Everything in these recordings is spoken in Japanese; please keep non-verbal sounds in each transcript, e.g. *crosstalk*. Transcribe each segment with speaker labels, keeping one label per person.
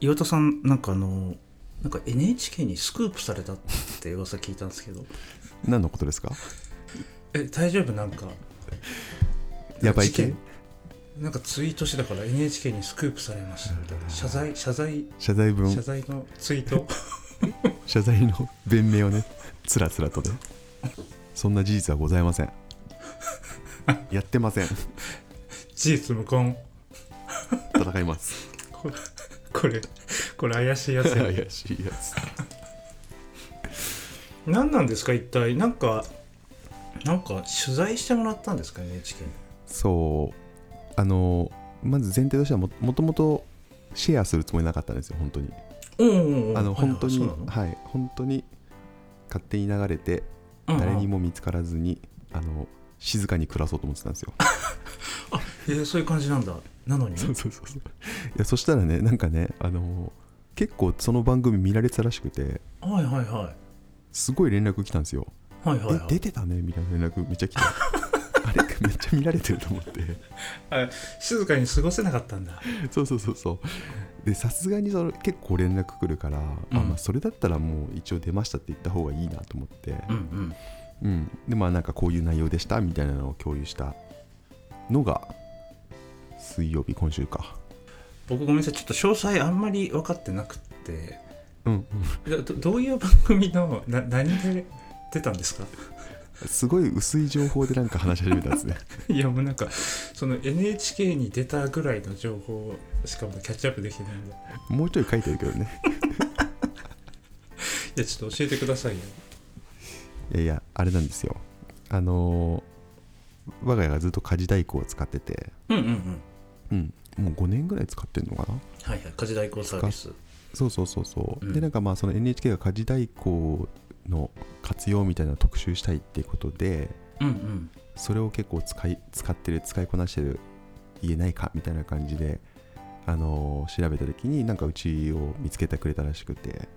Speaker 1: 岩田さんなんかあのなんか NHK にスクープされたって噂聞いたんですけど
Speaker 2: 何のことですか
Speaker 1: *laughs* え大丈夫なんか
Speaker 2: やばい
Speaker 1: 事件
Speaker 2: 系
Speaker 1: なんかツイートしてたから NHK にスクープされましたみたいな謝罪謝罪
Speaker 2: 謝罪文
Speaker 1: 謝罪のツイート *laughs*
Speaker 2: 謝罪の弁明をねつらつらとねそんな事実はございませんやってません
Speaker 1: 事実無根
Speaker 2: 戦います
Speaker 1: これこれこれ怪しいやつや
Speaker 2: 怪しいやつ
Speaker 1: 何なんですか一体なんかなんか取材してもらったんですか NHK に
Speaker 2: そうあのまず前提としてはももともとシェアするつもりなかったんですよ本当に
Speaker 1: うんうんうん
Speaker 2: あの
Speaker 1: はいはい
Speaker 2: 本当
Speaker 1: そう
Speaker 2: に
Speaker 1: なの
Speaker 2: はい本当に勝手に流れて
Speaker 1: うんうん
Speaker 2: 誰にも見つからずにあの静かに暮らそうと思ってたんですよ
Speaker 1: えーそういう感じなんだなのに
Speaker 2: *laughs* そうそうそうそういやそしたらねなんかねあの結構その番組見られてたらしくて
Speaker 1: はいはいはい
Speaker 2: すごい連絡来たんですよ
Speaker 1: はいはい、はい
Speaker 2: え、出てたねみたいな連絡めっち
Speaker 1: *laughs*
Speaker 2: ゃ来てあれめっちゃ見られてると思って
Speaker 1: あ静かに過ごせなかったんだ
Speaker 2: そうそうそうそうでさすがにその結構連絡来るから、あ
Speaker 1: うん
Speaker 2: まあ、それだったらもう一応出ましたって言った方がいいなと思って、
Speaker 1: うんうん
Speaker 2: うんでまあなんかこういう内容でしたみたいなのを共有したのが水曜日今週か
Speaker 1: 僕ごめんなさいちょっと詳細あんまり分かってなくって
Speaker 2: うんうん
Speaker 1: どどどういう番組のな何で出たんですか
Speaker 2: すごい薄い情報でなんか話し始めたんですね
Speaker 1: *laughs* いやもうなんかその NHK に出たぐらいの情報しかもキャッチアップできてないんで
Speaker 2: もうちょい書いてるけどね *laughs*
Speaker 1: いやちょっと教えてくださいよ
Speaker 2: いやいやあれなんですよあのー我が家がずっと家事代行を使ってて
Speaker 1: うんうんうん
Speaker 2: うんもう5年ぐらい使ってんのかな
Speaker 1: はいはい家事代行サービス
Speaker 2: そうそうそうそう、
Speaker 1: うん
Speaker 2: でなんかまあその NHK が家事代行の活用みたいなのを特集したいっていうことで
Speaker 1: うんうん
Speaker 2: それを結構使い使ってる使いこなしてる家ないかみたいな感じで、あのー調べた時になんかうちを見つけてくれたらしくて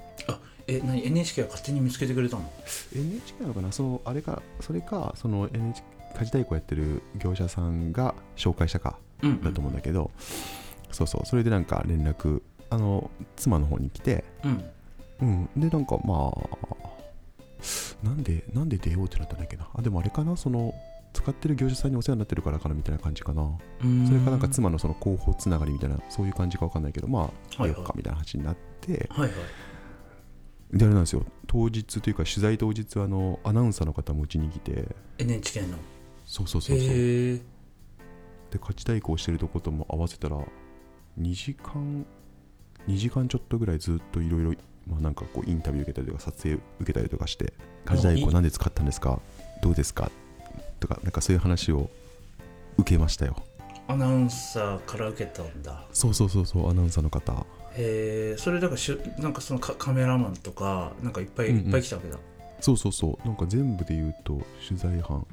Speaker 1: え何 NHK は勝手に見つけてくれたの
Speaker 2: NHK なのかなそのあれかそれかその NHK 家事代行やってる業者さんが紹介したか
Speaker 1: うんうん
Speaker 2: だと思うんだけど、そうそうそれでなんか連絡あの妻の方に来て
Speaker 1: うん
Speaker 2: うん、でなんかまあなんでなんで出ようってなったんだっけなあでもあれかなその使ってる業者さんにお世話になってるからかなみたいな感じかな
Speaker 1: うん
Speaker 2: それかなんか妻のその広報つながりみたいなそういう感じかわかんないけどまあ
Speaker 1: はいはい
Speaker 2: 出ようかみたいな話になって、
Speaker 1: はいはい
Speaker 2: であれなんですよ当日というか取材当日あのアナウンサーの方もうちに来て
Speaker 1: NHK の
Speaker 2: そうそうそうそう、
Speaker 1: へえ
Speaker 2: で勝ち対抗してるとことも合わせたら2時間2時間ちょっとぐらいずっといろいろまあなんかこうインタビュー受けたりとか撮影受けたりとかして家事代行なんで使ったんですかどうですかとかなんかそういう話を受けましたよ
Speaker 1: アナウンサーから受けたんだ
Speaker 2: そうそうそうそうアナウンサーの方
Speaker 1: へえそれだからしゅなんかそのカカメラマンとかなんかいっぱい
Speaker 2: うん
Speaker 1: い
Speaker 2: うん
Speaker 1: っぱい来たわけだ、
Speaker 2: そうそうそうなんか全部で言うと取材班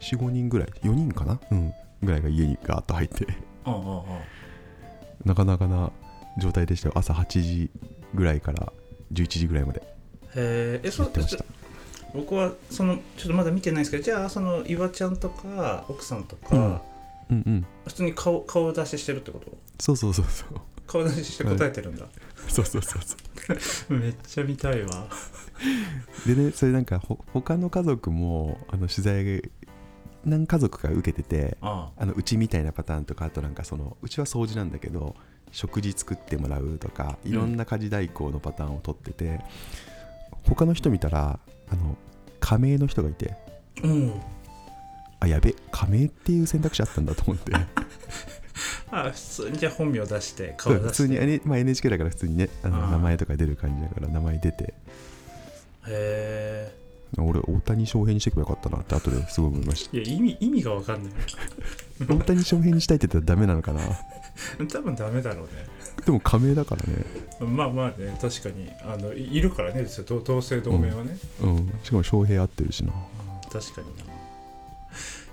Speaker 2: 12345人ぐらい4人かなうんぐらいが家にガーッと入って *laughs*
Speaker 1: ああああああ
Speaker 2: なかなかな状態でしたよ朝8時ぐらいから11時ぐらいまで
Speaker 1: へーえそ
Speaker 2: やってまし
Speaker 1: そ
Speaker 2: た
Speaker 1: 僕はそのちょっとまだ見てないんですけどじゃあその岩ちゃんとか奥さんとか、
Speaker 2: うんうんうん
Speaker 1: 普通に顔顔出ししてるってこと
Speaker 2: そうそうそうそう *laughs*
Speaker 1: 顔出しして答えてるんだ、
Speaker 2: そうそうそうそ
Speaker 1: *laughs* めっちゃ見たいわ
Speaker 2: うでねそれなんかほ他の家族もあの取材何家族か受けてて
Speaker 1: あ
Speaker 2: あのうちみたいなパターンとかあとなんかそのうちは掃除なんだけど食事作ってもらうとかいろんな家事代行のパターンを取ってて、他の人見たらあの加盟の人がいて
Speaker 1: あうん
Speaker 2: あやべ加盟っていう選択肢あったんだと *laughs* 思って
Speaker 1: あ普通にじゃあ本名出して
Speaker 2: そ
Speaker 1: 顔出
Speaker 2: う
Speaker 1: して
Speaker 2: 普通に、N まあ、NHK だから普通にねあ
Speaker 1: あ
Speaker 2: の
Speaker 1: ー
Speaker 2: 名前とか出る感じだから名前出て
Speaker 1: へ
Speaker 2: 俺大谷翔平にしてけばよかったなって後ですごい思いました
Speaker 1: えいや意味意味が分かんない
Speaker 2: 大谷翔平にしたいって言ったらダメなのかな
Speaker 1: 多分ダメだろうね
Speaker 2: でも加盟だからね
Speaker 1: まあまあね確かにあのいいるからね別に同同姓同名はね、
Speaker 2: うんしかも翔平合ってるしな
Speaker 1: うん確かにな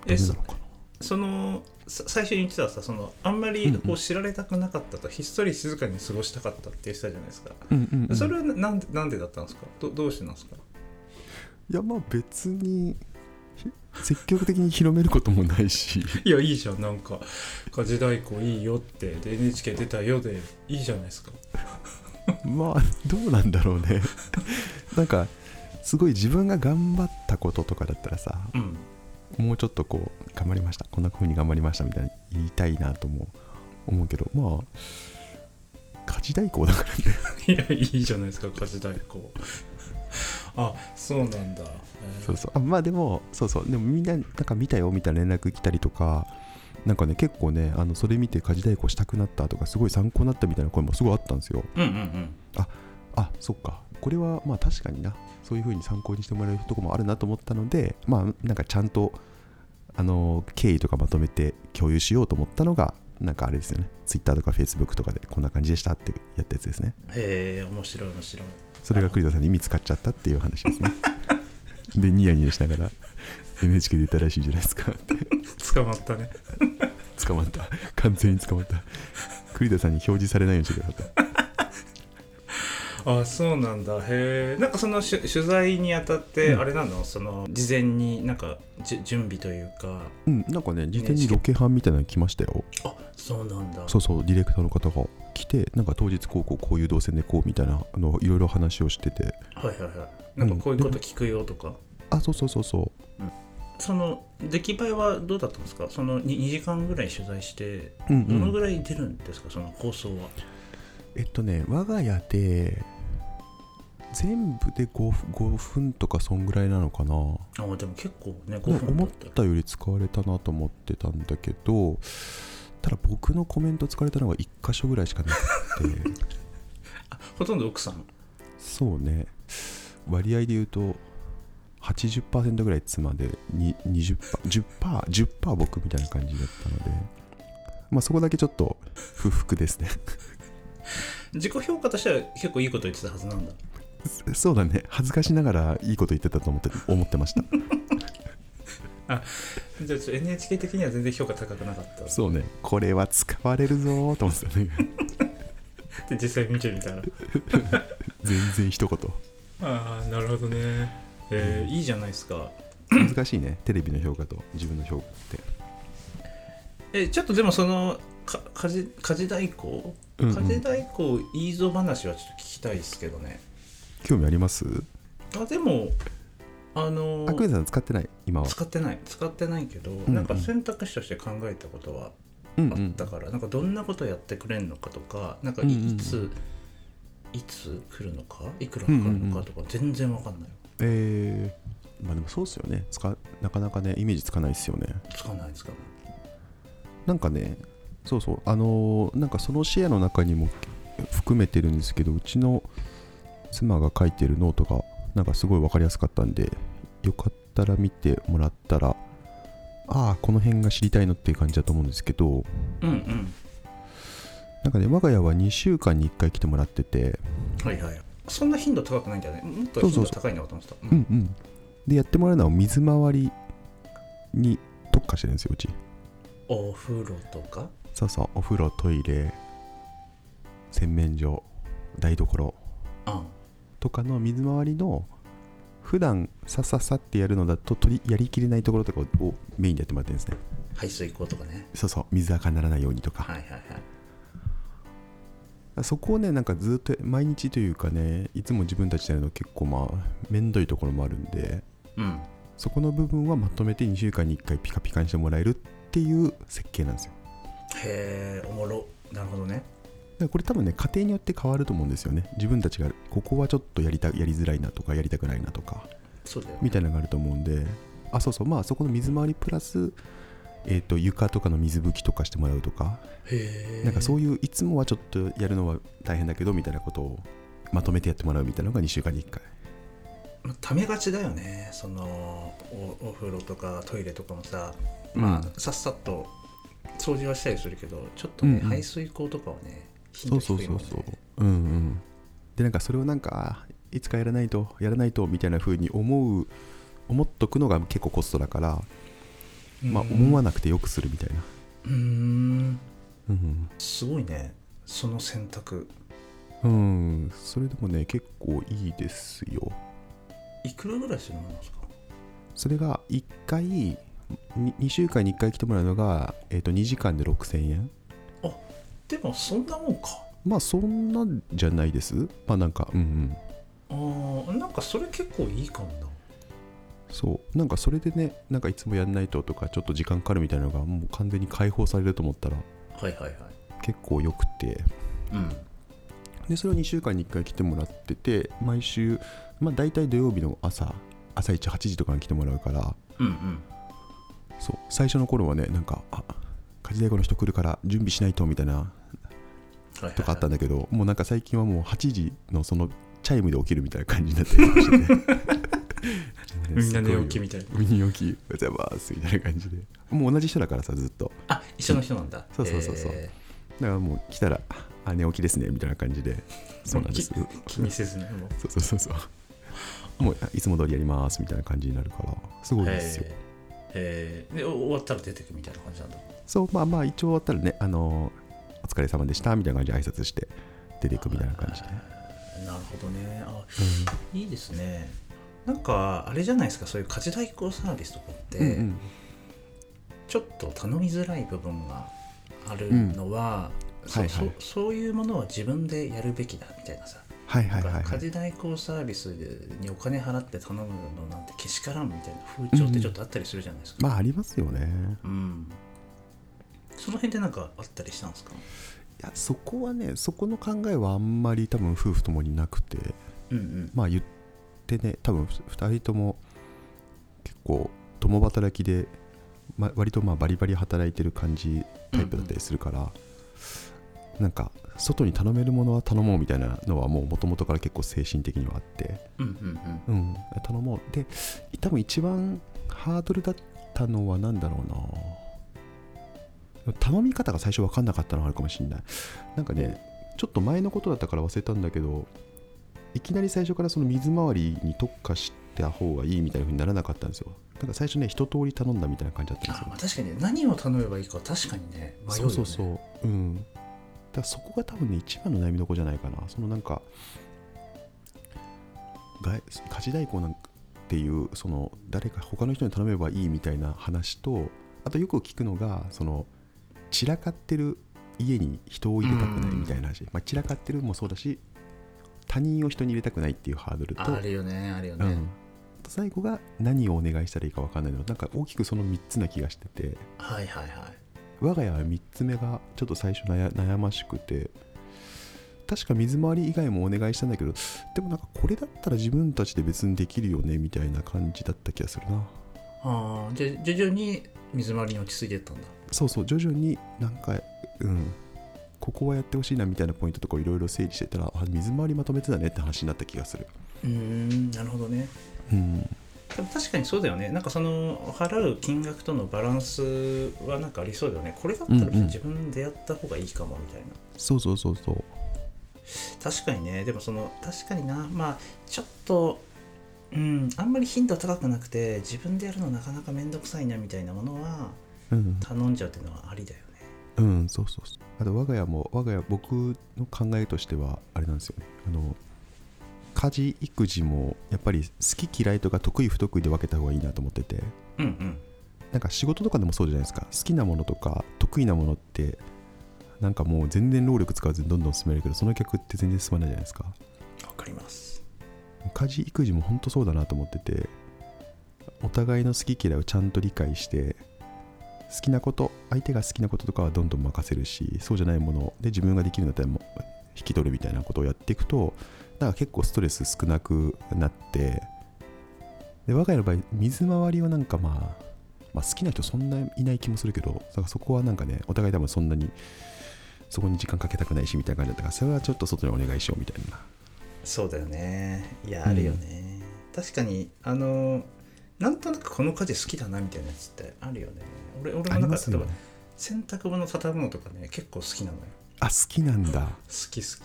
Speaker 2: ダ
Speaker 1: え
Speaker 2: メな
Speaker 1: そ
Speaker 2: のかな
Speaker 1: そのさ最初に言ってたさそのあんまりこう知られたくなかったと、ひっそり静かに過ごしたかったって言ってたじゃないですか、
Speaker 2: うんうん、うん、
Speaker 1: それはななんでなんでだったんですかどどうしてなんですか
Speaker 2: いやまあ別に積極的に広めることもないし *laughs*
Speaker 1: いやいいじゃんなんか「家事代行いいよ」ってで NHK 出たよでいいじゃないですか
Speaker 2: まあどうなんだろうねなんかすごい自分が頑張ったこととかだったらさ
Speaker 1: うん
Speaker 2: もうちょっとこう頑張りましたこんな風に頑張りましたみたいに言いたいなとも思うけどまあ家事代行だからね
Speaker 1: *laughs* いやいいじゃないですか家事代行 *laughs* あそうなんだ、えー
Speaker 2: そうそうあまあでもそうそうでもみんななんか見たよみたいな連絡来たりとかなんかね結構ねあのそれ見て家事代行したくなったとかすごい参考になったみたいな声もすごいあったんですよ
Speaker 1: うんうんうん
Speaker 2: あそっかこれはまあ確かになそういう風に参考にしてもらえるとこもあるなと思ったのでまあなんかちゃんとあの経緯とかまとめて共有しようと思ったのがなんかあれですよね Twitter とか Facebook とかでこんな感じでしたってやったやつですね
Speaker 1: へえ面白い面白い
Speaker 2: それが栗田さんに見つかっちゃったっていう話です *laughs* ねでニヤニヤしながら NHK で言ったらしいじゃないですかって
Speaker 1: 捕まったね
Speaker 2: 捕まった完全に捕まった栗田さんに表示されないようにしてくださった
Speaker 1: あそうなんだへえんかそのしゅ取材にあたって、
Speaker 2: うん
Speaker 1: あれなのその事前になんかじゅ準備というか
Speaker 2: うんなんかね事前にロケハンみたいなの来ましたよ
Speaker 1: あそうなんだ
Speaker 2: そうそうディレクターの方が来てなんか当日こうこうこういう動線でこうみたいなあのいろいろ話をしてて
Speaker 1: はいはいはいなんかこういうこと聞くよとか、
Speaker 2: あそうそうそうそう
Speaker 1: その出来栄えはどうだったんですかその 2, 時間ぐらい取材して
Speaker 2: うん
Speaker 1: どの
Speaker 2: う
Speaker 1: ぐ
Speaker 2: ん
Speaker 1: らい出るんですか、その構想は
Speaker 2: えっとね我が家で全部で 5, 5分とかそんぐらいなのかな
Speaker 1: あでも結構ね5分だ
Speaker 2: 思
Speaker 1: っ
Speaker 2: ったたより使われたなと思ってたんだけどただ僕のコメント使われたのが1箇所ぐらいしかなくて *laughs*
Speaker 1: ほとんど奥さん
Speaker 2: そうね割合で言うと80%ぐらい妻でに 20%, 10%, 10%僕みたいな感じだったので、まあ、そこだけちょっと不服ですね *laughs*
Speaker 1: 自己評価としては結構いいこと言ってたはずなんだ
Speaker 2: そうだね恥ずかしながらいいこと言ってたと思って思ってました
Speaker 1: じゃあちょっと NHK 的には全然評価高くなかった
Speaker 2: そうねこれは使われるぞーと思ってたね *laughs*
Speaker 1: で実際見てみたら
Speaker 2: 全然一言
Speaker 1: ああなるほどねえーいいじゃないですか
Speaker 2: 難しいねテレビの評価と自分の評価って
Speaker 1: えちょっとでもそのか家事家事代行
Speaker 2: うんう
Speaker 1: 家
Speaker 2: ん
Speaker 1: 事代行いいぞ話はちょっと聞きたいですけどね、
Speaker 2: 興味あります
Speaker 1: あでもあの
Speaker 2: あクイズさん使ってない今は
Speaker 1: 使ってない使ってないけど、
Speaker 2: うん
Speaker 1: なんか選択肢として考えたことは
Speaker 2: うん
Speaker 1: あ
Speaker 2: う
Speaker 1: った
Speaker 2: ん
Speaker 1: から、なんかどんなことやってくれるのかとかなんかい,、
Speaker 2: うんうんうん
Speaker 1: ついつ来るのかいくらかかるのかとか全然わかんない、
Speaker 2: えー、まあでもそうっすよねつかなかなかねイメージつかないっすよね
Speaker 1: つかないですかね
Speaker 2: なんかねそうそうあのーなんかそのシェアの中にも含めてるんですけどうちの妻が書いてるノートがなんかすごい分かりやすかったんでよかったら見てもらったらああこの辺が知りたいのっていう感じだと思うんですけど
Speaker 1: うんうん
Speaker 2: なんかね我が家は2週間に1回来てもらってて
Speaker 1: はいはいそんな頻度高くないんじゃないもっと頻度高いのかと思ってた
Speaker 2: うんうんでやってもらうのは水回りに特化してるんですようち
Speaker 1: うんお風呂とか
Speaker 2: そうそうお風呂トイレ洗面所台所
Speaker 1: あ
Speaker 2: とかの水回りの普段さささってやるのだと取りやりきれないところとかをメインでやってもらってるんですね
Speaker 1: 排水溝とかね
Speaker 2: そうそう水垢にならないようにとか、
Speaker 1: はいはいはい
Speaker 2: そこをねなんかずっと毎日というかねいつも自分たちでやるの結構まあ面倒いところもあるんで
Speaker 1: うん
Speaker 2: そこの部分はまとめて2週間に1回ピカピカにしてもらえるっていう設計なんですよ
Speaker 1: へえおもろなるほどね
Speaker 2: だからこれ多分ね家庭によって変わると思うんですよね自分たちがここはちょっとやりたやりづらいなとかやりたくないなとか
Speaker 1: そうだよね
Speaker 2: みたいなのがあると思うんであそうそうまあそこの水回りプラス、えー、と床とかの水拭きとかしてもらうとか、
Speaker 1: へえ
Speaker 2: なんかそういういつもはちょっとやるのは大変だけどみたいなことをまとめてやってもらうみたいなのが2週間に1回
Speaker 1: まあためがちだよねそのおお風呂とかトイレとかもさ、
Speaker 2: うん
Speaker 1: まあさっさと掃除はしたりするけどちょっとね、
Speaker 2: うんうん
Speaker 1: 排水溝とかはね頻度
Speaker 2: そうそう
Speaker 1: 低い
Speaker 2: そ
Speaker 1: もん
Speaker 2: う
Speaker 1: ね
Speaker 2: そううんうんでなんかそれをなんかあーいつかやらないとやらないとみたいな風に思う思っとくのが結構コストだから、
Speaker 1: うん
Speaker 2: まあ、思わなくてよくするみたいな、
Speaker 1: うーん
Speaker 2: うん
Speaker 1: すごいねその選択
Speaker 2: うん、うん、それでもね結構いいですよ
Speaker 1: いくらぐらいするものなんですか
Speaker 2: それが1回に2週間に1回来てもらうのが、えー、と2時間で6000円
Speaker 1: でもそんなもんか
Speaker 2: まあそんなんじゃないですまあなんかうんうん
Speaker 1: あーなんかそれ結構いいかもな
Speaker 2: そうなんかそれでねなんかいつもやんないととかちょっと時間かかるみたいなのがもう完全に解放されると思ったら
Speaker 1: はいはいはい
Speaker 2: 結構よくて
Speaker 1: うん
Speaker 2: でそれを2週間に1回来てもらってて毎週まあ大体土曜日の朝朝一8時とかに来てもらうから
Speaker 1: うんうん
Speaker 2: そう最初の頃はねなんかあ家事代行の人来るから準備しないとみたいな
Speaker 1: はいはい
Speaker 2: とかあった
Speaker 1: は
Speaker 2: んだけどもうなんか最近はもう8時のそのチャイムで起きるみたいな感じになっ
Speaker 1: *laughs*
Speaker 2: てきましたね
Speaker 1: いみんな寝起き
Speaker 2: み
Speaker 1: みたいな
Speaker 2: みんな起きおはようございますみたいな感じでもう同じ人だからさずっと
Speaker 1: あ一緒の人なんだ
Speaker 2: そうそうそうそう
Speaker 1: え
Speaker 2: だからもう来たらあ寝起きですねみたいな感じでそうなんです
Speaker 1: ー気にせずねもう
Speaker 2: そうそうそうそうもういつも通りやりますみたいな感じになるからすごいですよ
Speaker 1: へえーでお終わったら出てくみたいな感じなんだ
Speaker 2: そうまあまあ一応終わったらねあのお疲れ様でしたみたいな感じで挨拶して出ていくみたいな感じで、
Speaker 1: なるほどねあ
Speaker 2: うん
Speaker 1: いいですねなんかあれじゃないですかそういう家事代行サービスとかって、
Speaker 2: うんうん
Speaker 1: ちょっと頼みづらい部分があるのは、そ
Speaker 2: はいはい
Speaker 1: そそういうものは自分でやるべきだみたいなさ、
Speaker 2: はいはいはい、はい、
Speaker 1: 家事代行サービスにお金払って頼むのなんてけしからんみたいな風潮ってちょっとあったりするじゃないですか、
Speaker 2: まあありますよね
Speaker 1: うんその辺でなんかあったりしたんですか
Speaker 2: いやそこはねそこの考えはあんまり多分夫婦ともになくて
Speaker 1: うんうん
Speaker 2: まあ言ってね多分2人とも結構共働きで、ま、割とまあバリバリ働いてる感じタイプだったりするから、なんか外に頼めるものは頼もうみたいなのはもう元々から結構精神的にはあって、
Speaker 1: うんうんうん
Speaker 2: うん、頼もうで多分一番ハードルだったのは何だろうな頼み方が最初分かんなかったのはあるかもしれないなんかねちょっと前のことだったから忘れたんだけどいきなり最初からその水回りに特化した方がいいみたいな風にならなかったんですよなんか最初ね一通り頼んだみたいな感じだったんです
Speaker 1: あ
Speaker 2: よ
Speaker 1: まあ確かにね何を頼めばいいかは確かにね迷うよね
Speaker 2: そうそうそううんだからそこが多分ね一番の悩みどころじゃないかなそのなんか外家事代行なんていうその誰か他の人に頼めばいいみたいな話とあとよく聞くのがその散らかってる家に人を入れたくないみたいな話、まあ、散らかってるもそうだし他人を人に入れたくないっていうハードルと
Speaker 1: あるよねあるよ
Speaker 2: う
Speaker 1: ね、
Speaker 2: ん、最後が何をお願いしたらいいか分かんないのなんか大きくその3つな気がしてて。
Speaker 1: はいはいはい
Speaker 2: 我が家は3つ目がちょっと最初悩悩ましくて確か水回り以外もお願いしたんだけどでもなんかこれだったら自分たちで別にできるよねみたいな感じだった気がするな
Speaker 1: ああじゃあ徐々に水回りに落ち着いていったんだ
Speaker 2: そうそう徐々になんかうんここはやってほしいなみたいなポイントとかいろいろ整理してたらあ水回りまとめてたねって話になった気がする
Speaker 1: うーんなるほどね
Speaker 2: うん
Speaker 1: でも確かにそうだよねなんかその払う金額とのバランスはなんかありそうだよねこれだったら別に自分でやった方がいいかもみたいな、
Speaker 2: そうそうそうそう
Speaker 1: 確かにねでもその確かになまあちょっとうんあんまり頻度高くなくて自分でやるのなかなか面倒くさいなみたいなものは
Speaker 2: うん
Speaker 1: 頼んじゃうっていうのはありだよね
Speaker 2: うん、そうそうそう。あと我が家も我が家僕の考えとしてはあれなんですよね。あの家事育児もやっぱり好き嫌いとか得意不得意で分けた方がいいなと思ってて、
Speaker 1: うんうん
Speaker 2: なんか仕事とかでもそうじゃないですか。好きなものとか得意なものってなんかもう全然労力使わずにどんどん進めるけどその逆って全然進まないじゃないですか。
Speaker 1: わかります
Speaker 2: 家事育児も本当そうだなと思っててお互いの好き嫌いをちゃんと理解して好きなこと相手が好きなこととかはどんどん任せるしそうじゃないもので自分ができるんだったらもう引き取るみたいなことをやっていくとなんか結構ストレス少なくなってで我が家の場合水回りはなんかまあ、まあ、好きな人そんないない気もするけどだからそこはなんかねお互い多分そんなにそこに時間かけたくないしみたいな感じだったからそれはちょっと外にお願いしようみたいな
Speaker 1: そうだよねいや
Speaker 2: うん
Speaker 1: あるよね、確かにあのなんとなくこの家事好きだなみたいなやつってあるよね俺俺もなんか例えば洗濯物畳むのとかね結構好きなのよ
Speaker 2: あ好きなんだ
Speaker 1: 好き好き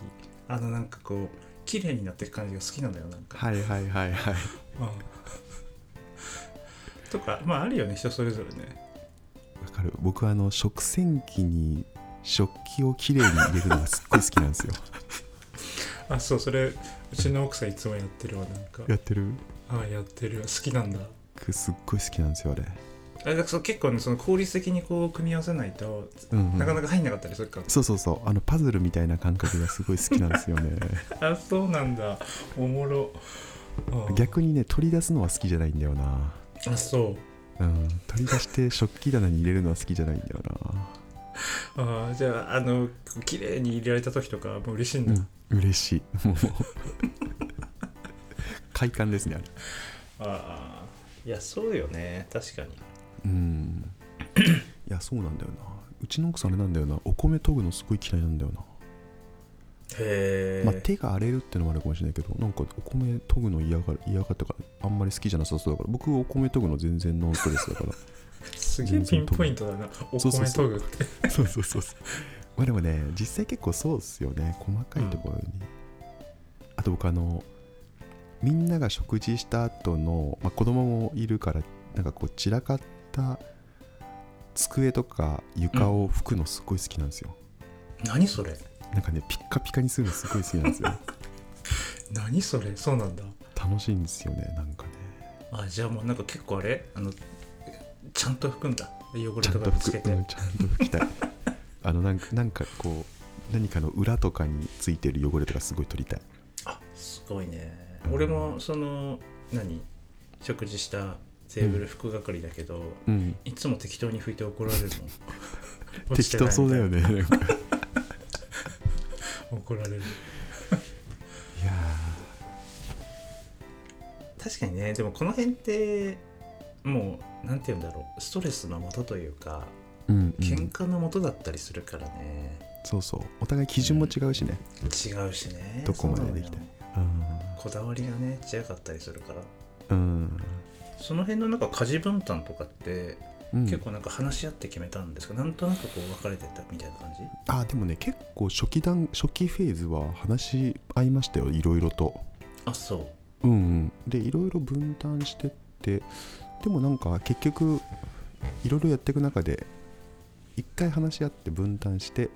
Speaker 1: あのなんかこう綺麗になっていく感じが好きなんだよなんか、
Speaker 2: はいはいはいはい
Speaker 1: うん *laughs* とかまああるよね人それぞれね
Speaker 2: わかる僕はあの食洗機に食器をきれいに入れるのがすっごい好きなん *laughs* ですよ
Speaker 1: あそうそれうちの奥さんいつもやってるわなんか
Speaker 2: やってる
Speaker 1: あやってる好きなんだ
Speaker 2: クすっごい好きなんですよあれ、
Speaker 1: あれだからそう結構ねその効率的にこう組み合わせないと、
Speaker 2: うんうん
Speaker 1: なかなか入んなかったりするから
Speaker 2: そうそうそうあのパズルみたいな感覚がすごい好きなんですよ *laughs* ね
Speaker 1: あそうなんだおもろあ
Speaker 2: 逆にね取り出すのは好きじゃないんだよな
Speaker 1: あそう
Speaker 2: うん取り出して食器棚に入れるのは好きじゃないんだよな
Speaker 1: あーじゃああの綺麗に入れられた時とかもう嬉しいんだ、
Speaker 2: うん、嬉しいもう *laughs* 快感ですねあれ
Speaker 1: ああいやそうよね確かに
Speaker 2: うんいやそうなんだよなうちの奥さんあれなんだよなお米研ぐのすごい嫌いなんだよな、
Speaker 1: へえ、
Speaker 2: まあ、手が荒れるってのもあるかもしれないけどなんかお米研ぐの嫌がる嫌がったからあんまり好きじゃなさそうだから僕お米研ぐの全然ノンストレスだから
Speaker 1: すげえピンポイントだなお
Speaker 2: そうそう
Speaker 1: 米
Speaker 2: そ
Speaker 1: 研
Speaker 2: う
Speaker 1: ぐって
Speaker 2: *laughs* そうそうそうそうまあでもね実際結構そうっすよね細かいところに、あと僕あのみんなが食事した後の、まあ、子供もいるからなんかこう散らかった机とか床を拭くのすごい好きなんですよ、
Speaker 1: 何それ
Speaker 2: なんかねピッカピカにするのすごい好きなんです *laughs* よ
Speaker 1: 何それそうなんだ
Speaker 2: 楽しいんですよねなんかね
Speaker 1: あじゃあもうなんか結構あれあのちゃんと拭くんだ汚れ
Speaker 2: ちゃ
Speaker 1: と
Speaker 2: ん
Speaker 1: か
Speaker 2: と
Speaker 1: ぶつけ
Speaker 2: 拭く、
Speaker 1: て
Speaker 2: うんちゃんと拭きたいあのなんかなんかこう何かの裏とかについてる汚れとかすごい取りたい
Speaker 1: あすごいね俺もその何食事したテーブル拭く係だけど、
Speaker 2: うん
Speaker 1: いつも適当に拭いて怒られ
Speaker 2: *laughs*
Speaker 1: るもん
Speaker 2: 適当そうだよねなんかいや
Speaker 1: 怒られる確かにねでもこの辺ってもうなんて言うんだろうストレスの元というか
Speaker 2: ーうん、う
Speaker 1: 喧
Speaker 2: ん、
Speaker 1: 嘩の元だったりするからね、
Speaker 2: そうそうお互い基準も違うしね、
Speaker 1: 違うしね
Speaker 2: どこまででき
Speaker 1: そう
Speaker 2: た
Speaker 1: なの
Speaker 2: い
Speaker 1: よ
Speaker 2: うん
Speaker 1: こだわりがね違かったりするから
Speaker 2: うん
Speaker 1: その辺のなんか家事分担とかって、
Speaker 2: うん
Speaker 1: 結構なんか話し合って決めたんですかなんとなくこう分かれてたみたいな感じ
Speaker 2: あでもね結構初期段初期フェーズは話し合いましたよいろいろと
Speaker 1: あそう
Speaker 2: うんうん、でいろいろ分担してってでもなんか結局いろいろやっていく中で一回話し合って分担して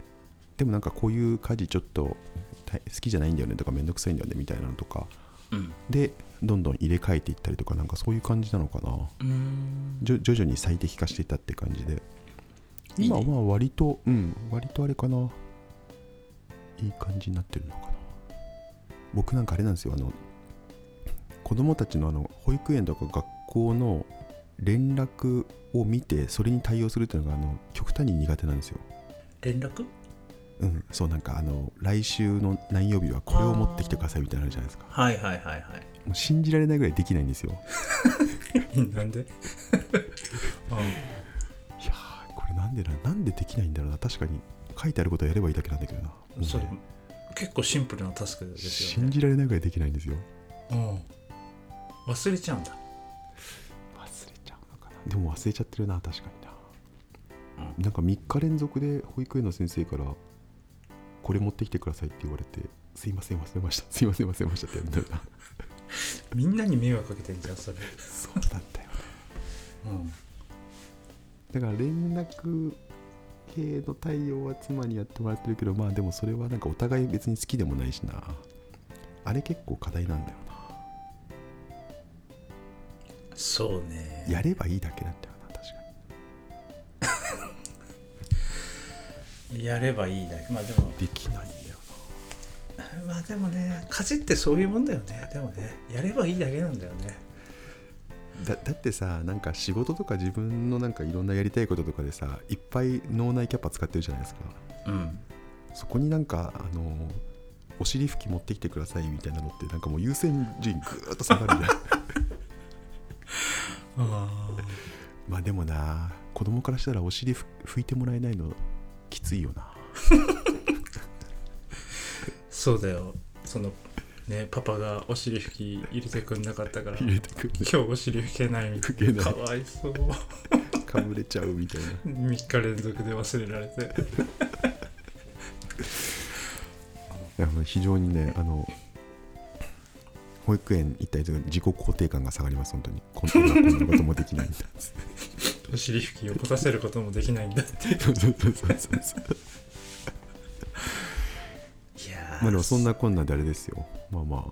Speaker 2: でもなんかこういう家事ちょっと大好きじゃないんだよねとかめんどくさいんだよねみたいなのとか
Speaker 1: うん
Speaker 2: でどんどん入れ替えていったりとかなんかそういう感じなのかな
Speaker 1: うーん
Speaker 2: じょ徐々に最適化していったって感じで
Speaker 1: いい
Speaker 2: 今
Speaker 1: ね
Speaker 2: は割とうん割とあれかないい感じになってるのかな僕なんかあれなんですよあの子供たちのあの保育園とか学校の連絡を見てそれに対応するっていうのがあの極端に苦手なんですよ
Speaker 1: 連絡
Speaker 2: うんそうなんかあの来週の何曜日はこれを持ってきてくださいみたいなのあるじゃないですか
Speaker 1: はいはいはいはい
Speaker 2: もう信じられないぐらいできないんですよ
Speaker 1: *laughs* なんで
Speaker 2: いやーこれなんでななんでできないんだろうな確かに書いてあることはやればいいだけなんだけどなもう
Speaker 1: うん、
Speaker 2: ね
Speaker 1: それ結構シンプルなタスクですよ
Speaker 2: 信
Speaker 1: ね、
Speaker 2: じられないぐらいできないんですよ
Speaker 1: うん、忘れちゃうんだ
Speaker 2: 忘れちゃうのかなでも忘れちゃってるな確かにな、
Speaker 1: う
Speaker 2: なんか3日連続で保育園の先生からこれ持ってきてくださいって言われてすいません忘れましたすいません忘れましたってやるんだよな
Speaker 1: みんなに迷惑かけてんじゃんそれ、
Speaker 2: そう *laughs* なんだよね
Speaker 1: うん、
Speaker 2: だから連絡系の対応は妻にやってもらってるけどまあでもそれはなんかお互い別に好きでもないしなあれ結構課題なんだよ
Speaker 1: そうね
Speaker 2: なやればいいだけなんだよな確かに
Speaker 1: やればいいだけまあでも
Speaker 2: できないんだよ
Speaker 1: まあでもね家事ってそういうもんだよねでもねやればいいだけなんだよね
Speaker 2: なだだってさなんか仕事とか自分のなんかいろんなやりたいこととかでさいっぱい脳内キャパ使ってるじゃないですか
Speaker 1: うん
Speaker 2: そこになんかあのーお尻拭き持ってきてくださいみたいなのってなんかもう優先順位ぐーっと下がるじゃん *laughs*
Speaker 1: あ
Speaker 2: まあでもな子供からしたらお尻ふ拭いてもらえないのきついよな
Speaker 1: そうだよそのねパパがお尻拭き入れてくんなかったから
Speaker 2: 入れてくる
Speaker 1: 今日お尻拭けないみた
Speaker 2: 拭け
Speaker 1: い
Speaker 2: な
Speaker 1: ないかわいそう
Speaker 2: かぶれちゃうみたいな
Speaker 1: 3日連続で忘れられて
Speaker 2: いやもう非常にねあの保育園行ったりすると自己肯定感が下がります本当にこんなこんなこともでき *laughs* ないんだっつって
Speaker 1: お尻拭きをこたせることもできないんだってい
Speaker 2: そうそうそうそうそう
Speaker 1: や
Speaker 2: まあでもそんなこんなであれですよまあまあ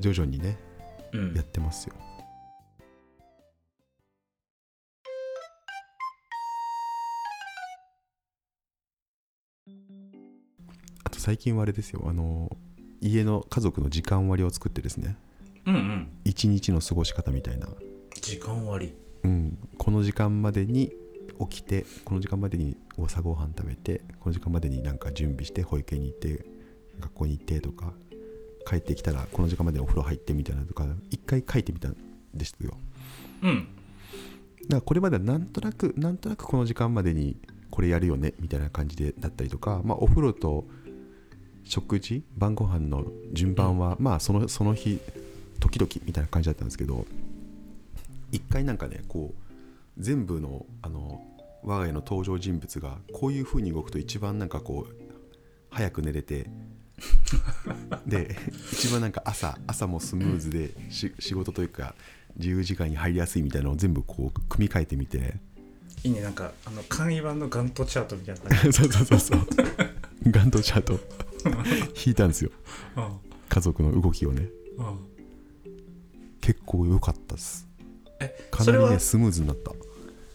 Speaker 2: 徐々にねやってますよ最近はあれですよあの家の家族の時間割を作ってですね
Speaker 1: うんうん
Speaker 2: 一日の過ごし方みたいな、
Speaker 1: 時間割
Speaker 2: うん、この時間までに起きてこの時間までに朝ごはん食べてこの時間までになんか準備して保育園に行って学校に行ってとか帰ってきたらこの時間までにお風呂入ってみたいなとか一回書いてみたんですよ
Speaker 1: うん
Speaker 2: だからこれまではなんとなくなんとなくこの時間までにこれやるよねみたいな感じでだったりとか、まあ、お風呂と食事晩ご飯の順番は、まあそのその日時々みたいな感じだったんですけど一回なんかねこう全部のあの我が家の登場人物がこういう風に動くと一番なんかこう早く寝れてで *laughs* 一番なんか朝朝もスムーズでし仕事というか自由時間に入りやすいみたいなのを全部こう組み替えてみて
Speaker 1: いいねなんかあの簡易版のガントチャートみたいな感じ
Speaker 2: *laughs* そうそうそうそうガントチャート引いたんですよ
Speaker 1: うん
Speaker 2: 家族の動きをね
Speaker 1: うん
Speaker 2: 結構良かったです
Speaker 1: え
Speaker 2: か
Speaker 1: それ
Speaker 2: なり
Speaker 1: は
Speaker 2: ねスムーズになった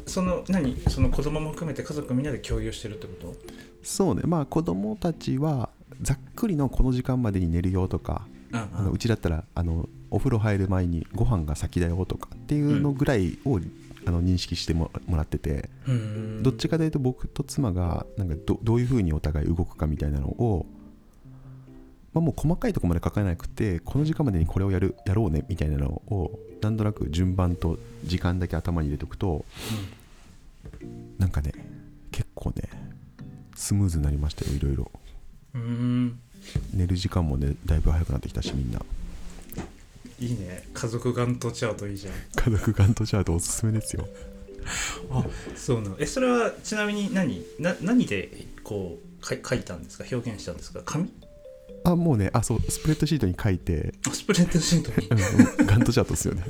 Speaker 1: その何その子供も含めて家族みんなで共有してるってこ
Speaker 2: そうねまあ子供たちはざっくりのこの時間までに寝るよとか
Speaker 1: とうん
Speaker 2: あの
Speaker 1: う
Speaker 2: うんちだったらあのお風呂入る前にご飯が先だよとかっていうのぐらいを、あの認識してももらってて
Speaker 1: うーん
Speaker 2: どっちかというと僕と妻がなんかどどういうふうにお互い動くかみたいなのを、まあ、もう細かいところまで書かなくてこの時間までにこれをやるやろうねみたいなのをなんとなく順番と時間だけ頭に入れておくと、なんかね結構ねスムーズになりましたよいろいろ
Speaker 1: うーん
Speaker 2: 寝る時間もねだいぶ早くなってきたしみんない
Speaker 1: いね家族ガントチャートいいじゃん
Speaker 2: 家族ガントチャートおすすめですよ
Speaker 1: あそうなのえそれはちなみに何な何でこうか書いたんですか表現したんですか紙
Speaker 2: あもうねあそうスプレッドシートに書いて、
Speaker 1: あスプレッドシー *laughs* トに
Speaker 2: うん、ガントチャートですよね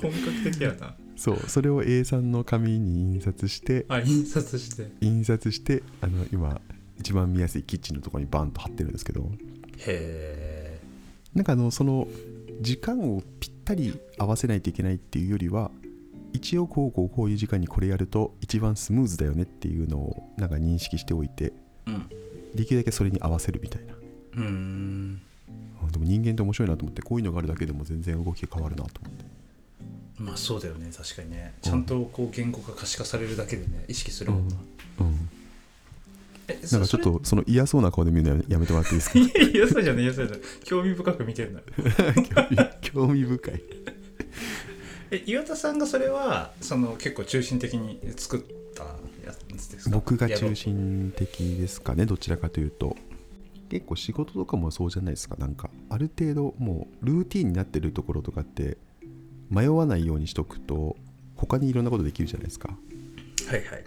Speaker 1: 本格的やな
Speaker 2: そうそれを A さんの紙に印刷して
Speaker 1: あ印刷して
Speaker 2: 印刷してあの今一番見やすいキッチンのところにバンと貼ってるんですけど
Speaker 1: へ
Speaker 2: なんかあのその時間をぴったり合わせないといけないっていうよりは一応こうこうこういう時間にこれやると一番スムーズだよねっていうのをなんか認識しておいて
Speaker 1: えうん
Speaker 2: できるだけそれに合わせるみたいな
Speaker 1: うーん
Speaker 2: あでも人間って面白いなと思ってこういうのがあるだけでも全然動きが変わるなと思って
Speaker 1: まあそうだよね確かにねちゃんとこう言語化可視化されるだけでね意識するもんな、
Speaker 2: うん
Speaker 1: え
Speaker 2: な
Speaker 1: そ
Speaker 2: んかちょっとその嫌そうな顔で見るのやめやめてもらっていいです
Speaker 1: それ *laughs* いやいやそうじゃないいやそうじゃない興味深く見てんだ
Speaker 2: か *laughs* 興味深い
Speaker 1: え岩田さんがそれはその結構中心的に作ったやつですか
Speaker 2: 僕が
Speaker 1: やろ
Speaker 2: 中心的ですかねどちらかというと結構仕事とかもそうじゃないですかなんかある程度もうルーティンになってるところとかって迷わないようにしとくと他にいろんなことできるじゃないですか
Speaker 1: はいはい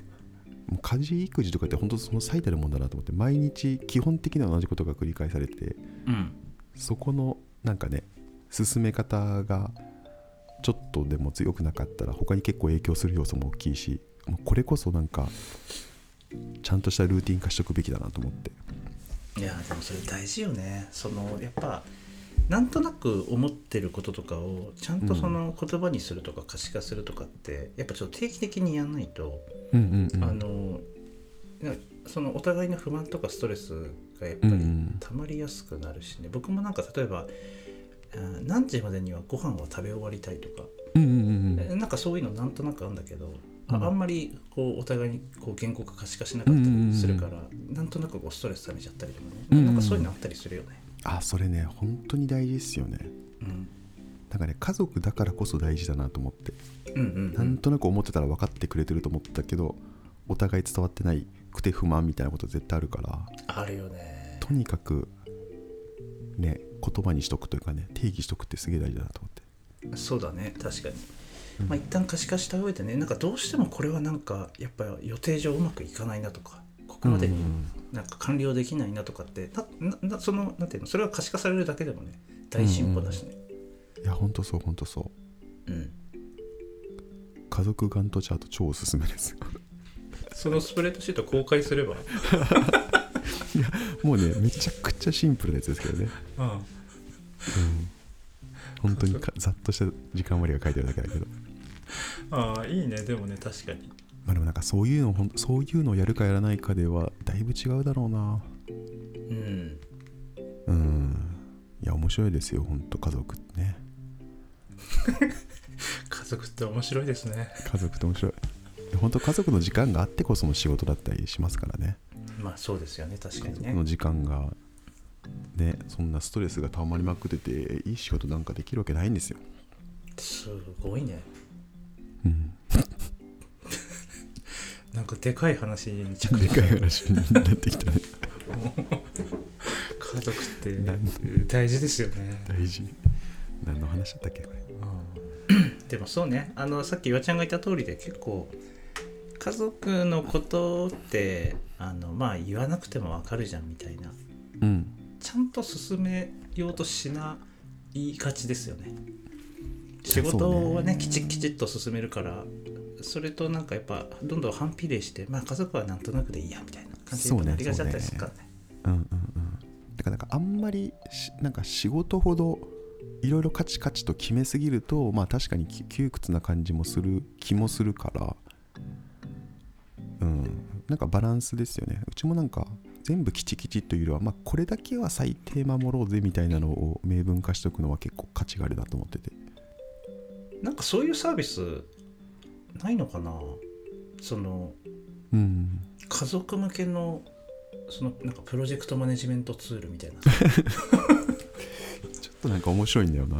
Speaker 2: もう家事育児とかって本当その最たるもんだなと思って毎日基本的には同じことが繰り返されて
Speaker 1: うん
Speaker 2: そこのなんかね進め方がちょっとでも強くなかったら他に結構影響する要素も大きいしもうこれこそなんかちゃんとしたルーティン化しておくべきだなと思って
Speaker 1: いやでもそれ大事よねそのやっぱなんとなく思ってることとかをちゃんとその言葉にするとか可視化するとかって、やっぱちょっと定期的にやんないと、
Speaker 2: うんうんう
Speaker 1: あ
Speaker 2: ん
Speaker 1: のなそのお互いの不満とかストレスがやっぱ
Speaker 2: うんう
Speaker 1: り
Speaker 2: ん
Speaker 1: 溜まりやすくなるしね僕もなんか例えばあー何時までにはご飯を食べ終わりたいとか、
Speaker 2: うんうんうん
Speaker 1: えなんかそういうのなんとなくあるんだけど、あ
Speaker 2: うん
Speaker 1: あんまりこうお互いにこう言語化可視化しなかったりするから、なんとなくこうストレス溜めちゃったりとかね、
Speaker 2: うんうん
Speaker 1: なんかそういうのあったりするよね。
Speaker 2: あそれね本当に大事ですよね
Speaker 1: うん
Speaker 2: なんかね家族だからこそ大事だなと思って
Speaker 1: うんうんう
Speaker 2: なん
Speaker 1: ん、
Speaker 2: となく思ってたら分かってくれてると思ってたけどお互い伝わってないくて不満みたいなこと絶対あるから
Speaker 1: あるよね
Speaker 2: とにかくね言葉にしとくというかね定義しとくってすげえ大事だなと思って
Speaker 1: そうだね確かに、
Speaker 2: うん
Speaker 1: まあ一旦可視化した上でねなんかどうしてもこれはなんかやっぱ予定上うまくいかないなとかここまで
Speaker 2: うんうんう
Speaker 1: に
Speaker 2: ん
Speaker 1: なんか完了できないなとかって、なななそのなんていうのそれは可視化されるだけでもね大進歩だしね
Speaker 2: いやほんとそうほんとそう
Speaker 1: うん、
Speaker 2: 家族ガントチャート超おすすめです
Speaker 1: そのスプレッドシート公開すれば、
Speaker 2: *laughs* もうねめちゃくちゃシンプルなやつですけどね
Speaker 1: うん、
Speaker 2: うん本当にかざっとした時間割が書いてあるだけだけど
Speaker 1: ああいいねでもね確かに
Speaker 2: まあでもなんかそういうのほんそういうのをやるかやらないかではだいぶ違うだろうな
Speaker 1: うん
Speaker 2: うんいや面白いですよほんと家族ってね
Speaker 1: 家族って面白いですね
Speaker 2: 家族って面白い本当家族の時間があってこその仕事だったりしますからね
Speaker 1: まあそうですよね確か
Speaker 2: 家
Speaker 1: に
Speaker 2: 族
Speaker 1: ね
Speaker 2: の時間がねそんなストレスが溜まりまくってていい仕事なんかできるわけないんですよ、
Speaker 1: すごいね
Speaker 2: うん、
Speaker 1: なんかでかい話に着
Speaker 2: *laughs* で
Speaker 1: 目
Speaker 2: かい話になってきたね
Speaker 1: 家族って
Speaker 2: なん
Speaker 1: 大事ですよね
Speaker 2: 大事何の話だったっけこれ
Speaker 1: *clears throat* でもそうねあのさっき岩ちゃんが言った通りで結構家族のことってあのまあ言わなくてもわかるじゃんみたいな
Speaker 2: うん
Speaker 1: ちゃんと進めようとしないがちですよね仕事はねきちっきちっと進めるからそれとなんかやっぱどんどん反比例してまあ家族はなんとなくでいいやみたいな感じになりがちだったりするからね
Speaker 2: うんうんうんだからなんかあんまりしなんか仕事ほどいろいろカチカチと決めすぎるとまあ確かにき窮屈な感じもする気もするからうんなんかバランスですよねうちもなんか全部きちきちというよりは、まあ、これだけは最低守ろうぜみたいなのを明文化しておくのは結構価値があるなと思ってて
Speaker 1: なんかそういうサービスないのかなその
Speaker 2: うん
Speaker 1: 家族向けのそのなんかプロジェクトマネジメントツールみたいな
Speaker 2: ちょっとなんか面白いんだよな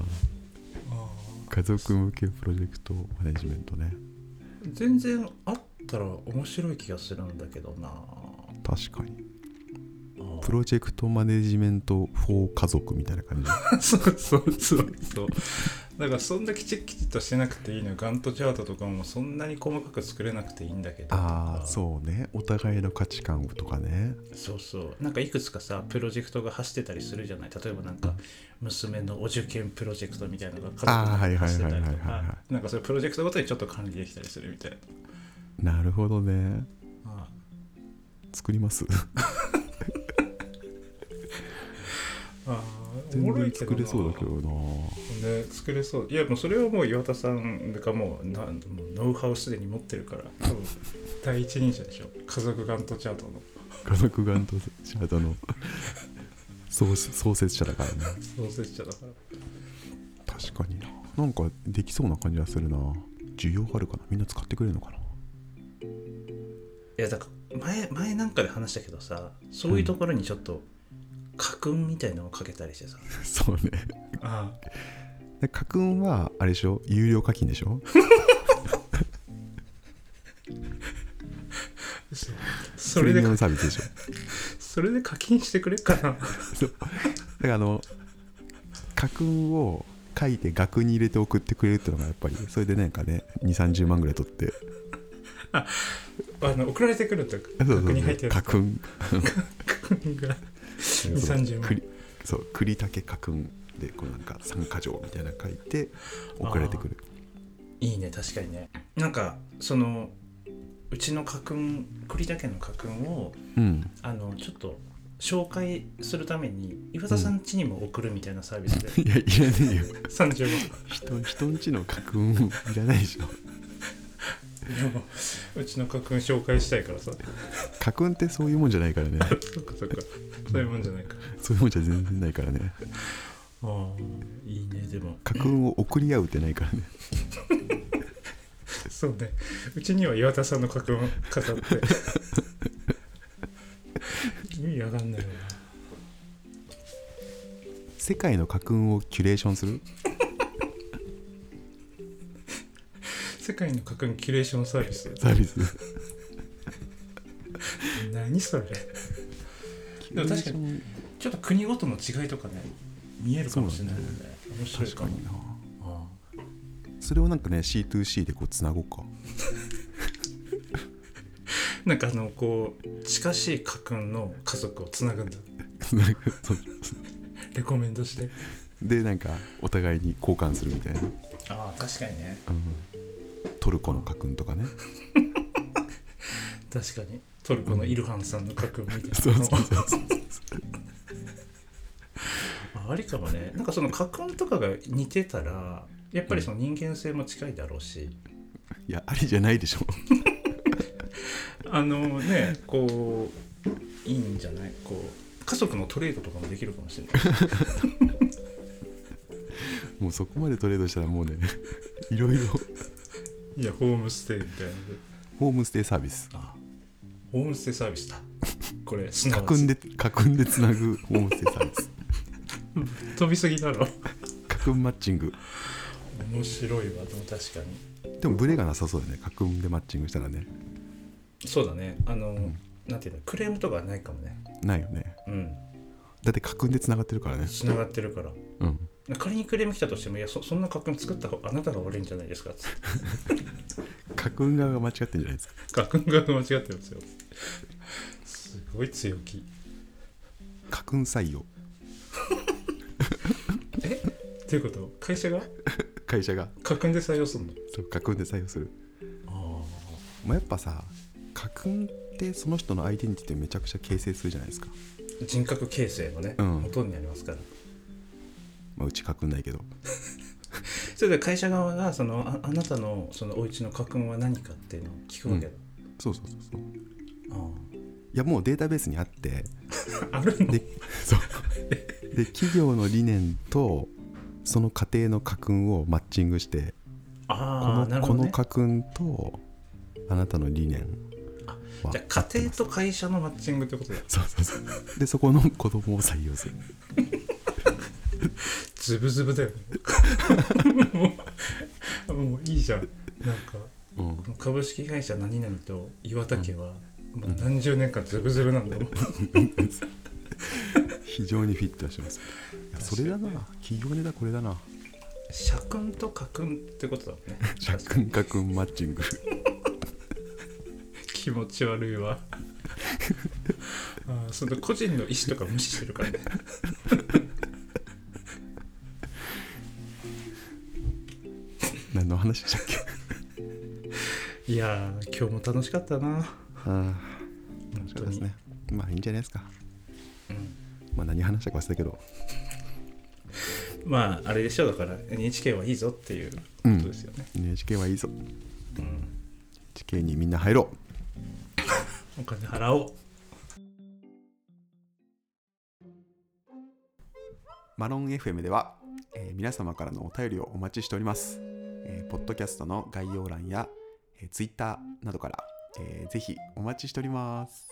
Speaker 2: 家族向けプロジェクトマネジメントね
Speaker 1: 全然あったら面白い気がするんだけどな
Speaker 2: 確かに
Speaker 1: あ
Speaker 2: プロジェクトマネジメント for 家族みたい
Speaker 1: *laughs*
Speaker 2: な感じ
Speaker 1: *laughs* そうそうそうそうだからそんなきちっきちっとしてなくていいのよガントチャートとかもそんなに細かく作れなくていいんだけど
Speaker 2: ああ
Speaker 1: う
Speaker 2: そうねお互いの価値観とかね
Speaker 1: そうそうなんかいくつかさプロジェクトが走ってたりするじゃない例えばなんか娘のお受験プロジェクトみたいなのが家
Speaker 2: あーは
Speaker 1: 族で
Speaker 2: いはい
Speaker 1: 走って
Speaker 2: はい
Speaker 1: た
Speaker 2: はい
Speaker 1: り
Speaker 2: はいはい
Speaker 1: とかなんかそういうプロジェクトごとにちょっと管理できたりするみたいな
Speaker 2: なるほどね
Speaker 1: あ
Speaker 2: 作ります
Speaker 1: あお
Speaker 2: 全
Speaker 1: もろい
Speaker 2: 然
Speaker 1: けど
Speaker 2: 作
Speaker 1: な
Speaker 2: れそうだけどな
Speaker 1: ね作れそういやもうそれはもう岩田さんがもうなもうノウハウすでに持ってるから多分第一人者でしょ家族ガントチャートの
Speaker 2: 家族がんとシャドの創創設者だからね
Speaker 1: 創設者だから
Speaker 2: 確かにななんかできそうな感じがするな需要があるかなみんな使ってくれるの
Speaker 1: *laughs*
Speaker 2: かない
Speaker 1: やだから前前なんかで話したけどさそういうところにちょっと家訓みたいなのをかけたりしてさ、
Speaker 2: そうね
Speaker 1: あ
Speaker 2: で家訓はあれでしょ有料課金でしょ
Speaker 1: それで
Speaker 2: プレミアムサービスでしょ
Speaker 1: それで課金してくれっかな
Speaker 2: そうだからあの家訓を書いて額に入れて送ってくれるっていうのがやっぱりそれでなんかね2 3 0万ぐらい取って
Speaker 1: あの送られてくると
Speaker 2: そうそう
Speaker 1: 額に入ってる
Speaker 2: 家訓
Speaker 1: 課金が2 3 0万
Speaker 2: 栗そう栗竹家訓でこうなんか三か条みたいなの書いて送られてくる
Speaker 1: いいね確かにねなんかそのうちの家訓栗田家の家訓を
Speaker 2: うん
Speaker 1: あのちょっと紹介するために岩田さん家にも送るみたいなサービスで、
Speaker 2: いやいらねえよ
Speaker 1: 30万
Speaker 2: 人人んちの家訓いらないでしょ
Speaker 1: でもうちの家訓紹介したいからさ
Speaker 2: 家訓ってそういうもんじゃないからね
Speaker 1: そっかそっかそういうもんじゃないか
Speaker 2: そういうもんじゃ全然ないからね
Speaker 1: ああいいねでも
Speaker 2: 家訓を送り合うってないからね
Speaker 1: そうねうちには岩田さんの家訓を *laughs* 飾って意味わかんないよ
Speaker 2: 世界の家訓をキュレーションする
Speaker 1: な世界の家訓キュレーションサービス
Speaker 2: サービス
Speaker 1: 何それでも確かにちょっと国ごとの違いとかね見えるかもしれないよね面白い
Speaker 2: 確
Speaker 1: か
Speaker 2: か
Speaker 1: も
Speaker 2: にな
Speaker 1: ああ
Speaker 2: それをなんかね C2C でこうつなごう *laughs* か
Speaker 1: なんかあのこう近しい家訓の家族をつなぐんだ *laughs*
Speaker 2: なんかそう
Speaker 1: レコメンドして
Speaker 2: でなんかお互いに交換するみたいな、うん
Speaker 1: ああ確かにね
Speaker 2: トルコの家訓とかね
Speaker 1: 確かにトルコのイルハンさんの家訓み *laughs* たいな
Speaker 2: そうそうそうそう
Speaker 1: あありかもねなんかその家訓とかが似てたらやっぱりその人間性も近いだろうし、
Speaker 2: いやありじゃないでしょ *laughs*
Speaker 1: あのねこういいんじゃないこう家族のトレードとかもできるかもしれない
Speaker 2: もうそこまでトレードしたらもうね *laughs* いろいろ
Speaker 1: いやホームステイみたいな
Speaker 2: ホームステイサービス
Speaker 1: あホームステイサービスだこれすな
Speaker 2: か
Speaker 1: わ
Speaker 2: くん
Speaker 1: ち
Speaker 2: でかくんでつなぐホームステイサービス
Speaker 1: 飛びすぎだろ
Speaker 2: かくんマッチング
Speaker 1: 面白いわでも確かに
Speaker 2: でもブレがなさそうだねかくんでマッチングしたらね
Speaker 1: そうだねあの、なんていうのクレームとかはないかもね
Speaker 2: ないよね
Speaker 1: うん
Speaker 2: だってかくんでつながってるからね
Speaker 1: つながってるから
Speaker 2: うん
Speaker 1: 仮にクレーム来たとしてもいやそそんな格ン作った方あなたが悪いんじゃないですかっつって *laughs*
Speaker 2: かくん側が間違ってんじゃないですか
Speaker 1: 格ンが間違ってるんですよすごい強気
Speaker 2: かくん採用
Speaker 1: えっていうこと会社が
Speaker 2: 会社が
Speaker 1: 格ンで採用するの
Speaker 2: そうかくんで採用する
Speaker 1: あ
Speaker 2: まあやっぱさかくんってその人のアイデンティティめちゃくちゃ形成するじゃないですか、
Speaker 1: あ人格形成のね、
Speaker 2: うん
Speaker 1: 元になりますから
Speaker 2: まあ、うちかくんないけど
Speaker 1: それで会社側がそのああなたのそのお家の格ンは何かっていうのを聞くわけだ、
Speaker 2: そうそうそうそう
Speaker 1: あ
Speaker 2: いやもうデータベースにあって
Speaker 1: ああるの
Speaker 2: でそうで企業の理念とその家庭の家訓をマッチングしてこ
Speaker 1: *laughs* あ
Speaker 2: の,、
Speaker 1: あなる
Speaker 2: こ
Speaker 1: ほど、
Speaker 2: の
Speaker 1: ね、
Speaker 2: 家訓とあなたの理念
Speaker 1: あ
Speaker 2: は
Speaker 1: じゃあ家庭と会社のマッチングってこと *laughs* だ
Speaker 2: そうそうそうでそこの子供を採用する
Speaker 1: ズブズブだよねもう *laughs* もういいじゃんなんか
Speaker 2: うん
Speaker 1: 株式会社何々と岩田家は、もう何十年間ズブズブなんだもん
Speaker 2: 非常にフィットしてますいやそれだな企業ネタこれだな
Speaker 1: 社訓と家訓ってことだもんね
Speaker 2: 社訓家訓マッチング
Speaker 1: 気持ち悪いわあーその個人の意思とか無視してるからね
Speaker 2: 何の話でしたっけ
Speaker 1: いやー今日も楽しかったな
Speaker 2: ああ
Speaker 1: 本
Speaker 2: そ
Speaker 1: 当
Speaker 2: うです
Speaker 1: に、
Speaker 2: ねまあいいんじゃないですか
Speaker 1: うん
Speaker 2: まあ何話したか忘れたけど
Speaker 1: まああれでしょうだから NHK はいいぞっていうことですよね、
Speaker 2: NHK はいいぞ
Speaker 1: うん、
Speaker 2: NHK にみんな入ろう
Speaker 1: お金払おう
Speaker 2: マロン FM では、えー皆様からのお便りをお待ちしております。えーポッドキャストの概要欄や、えー、Twitter などから、えーぜひお待ちしております。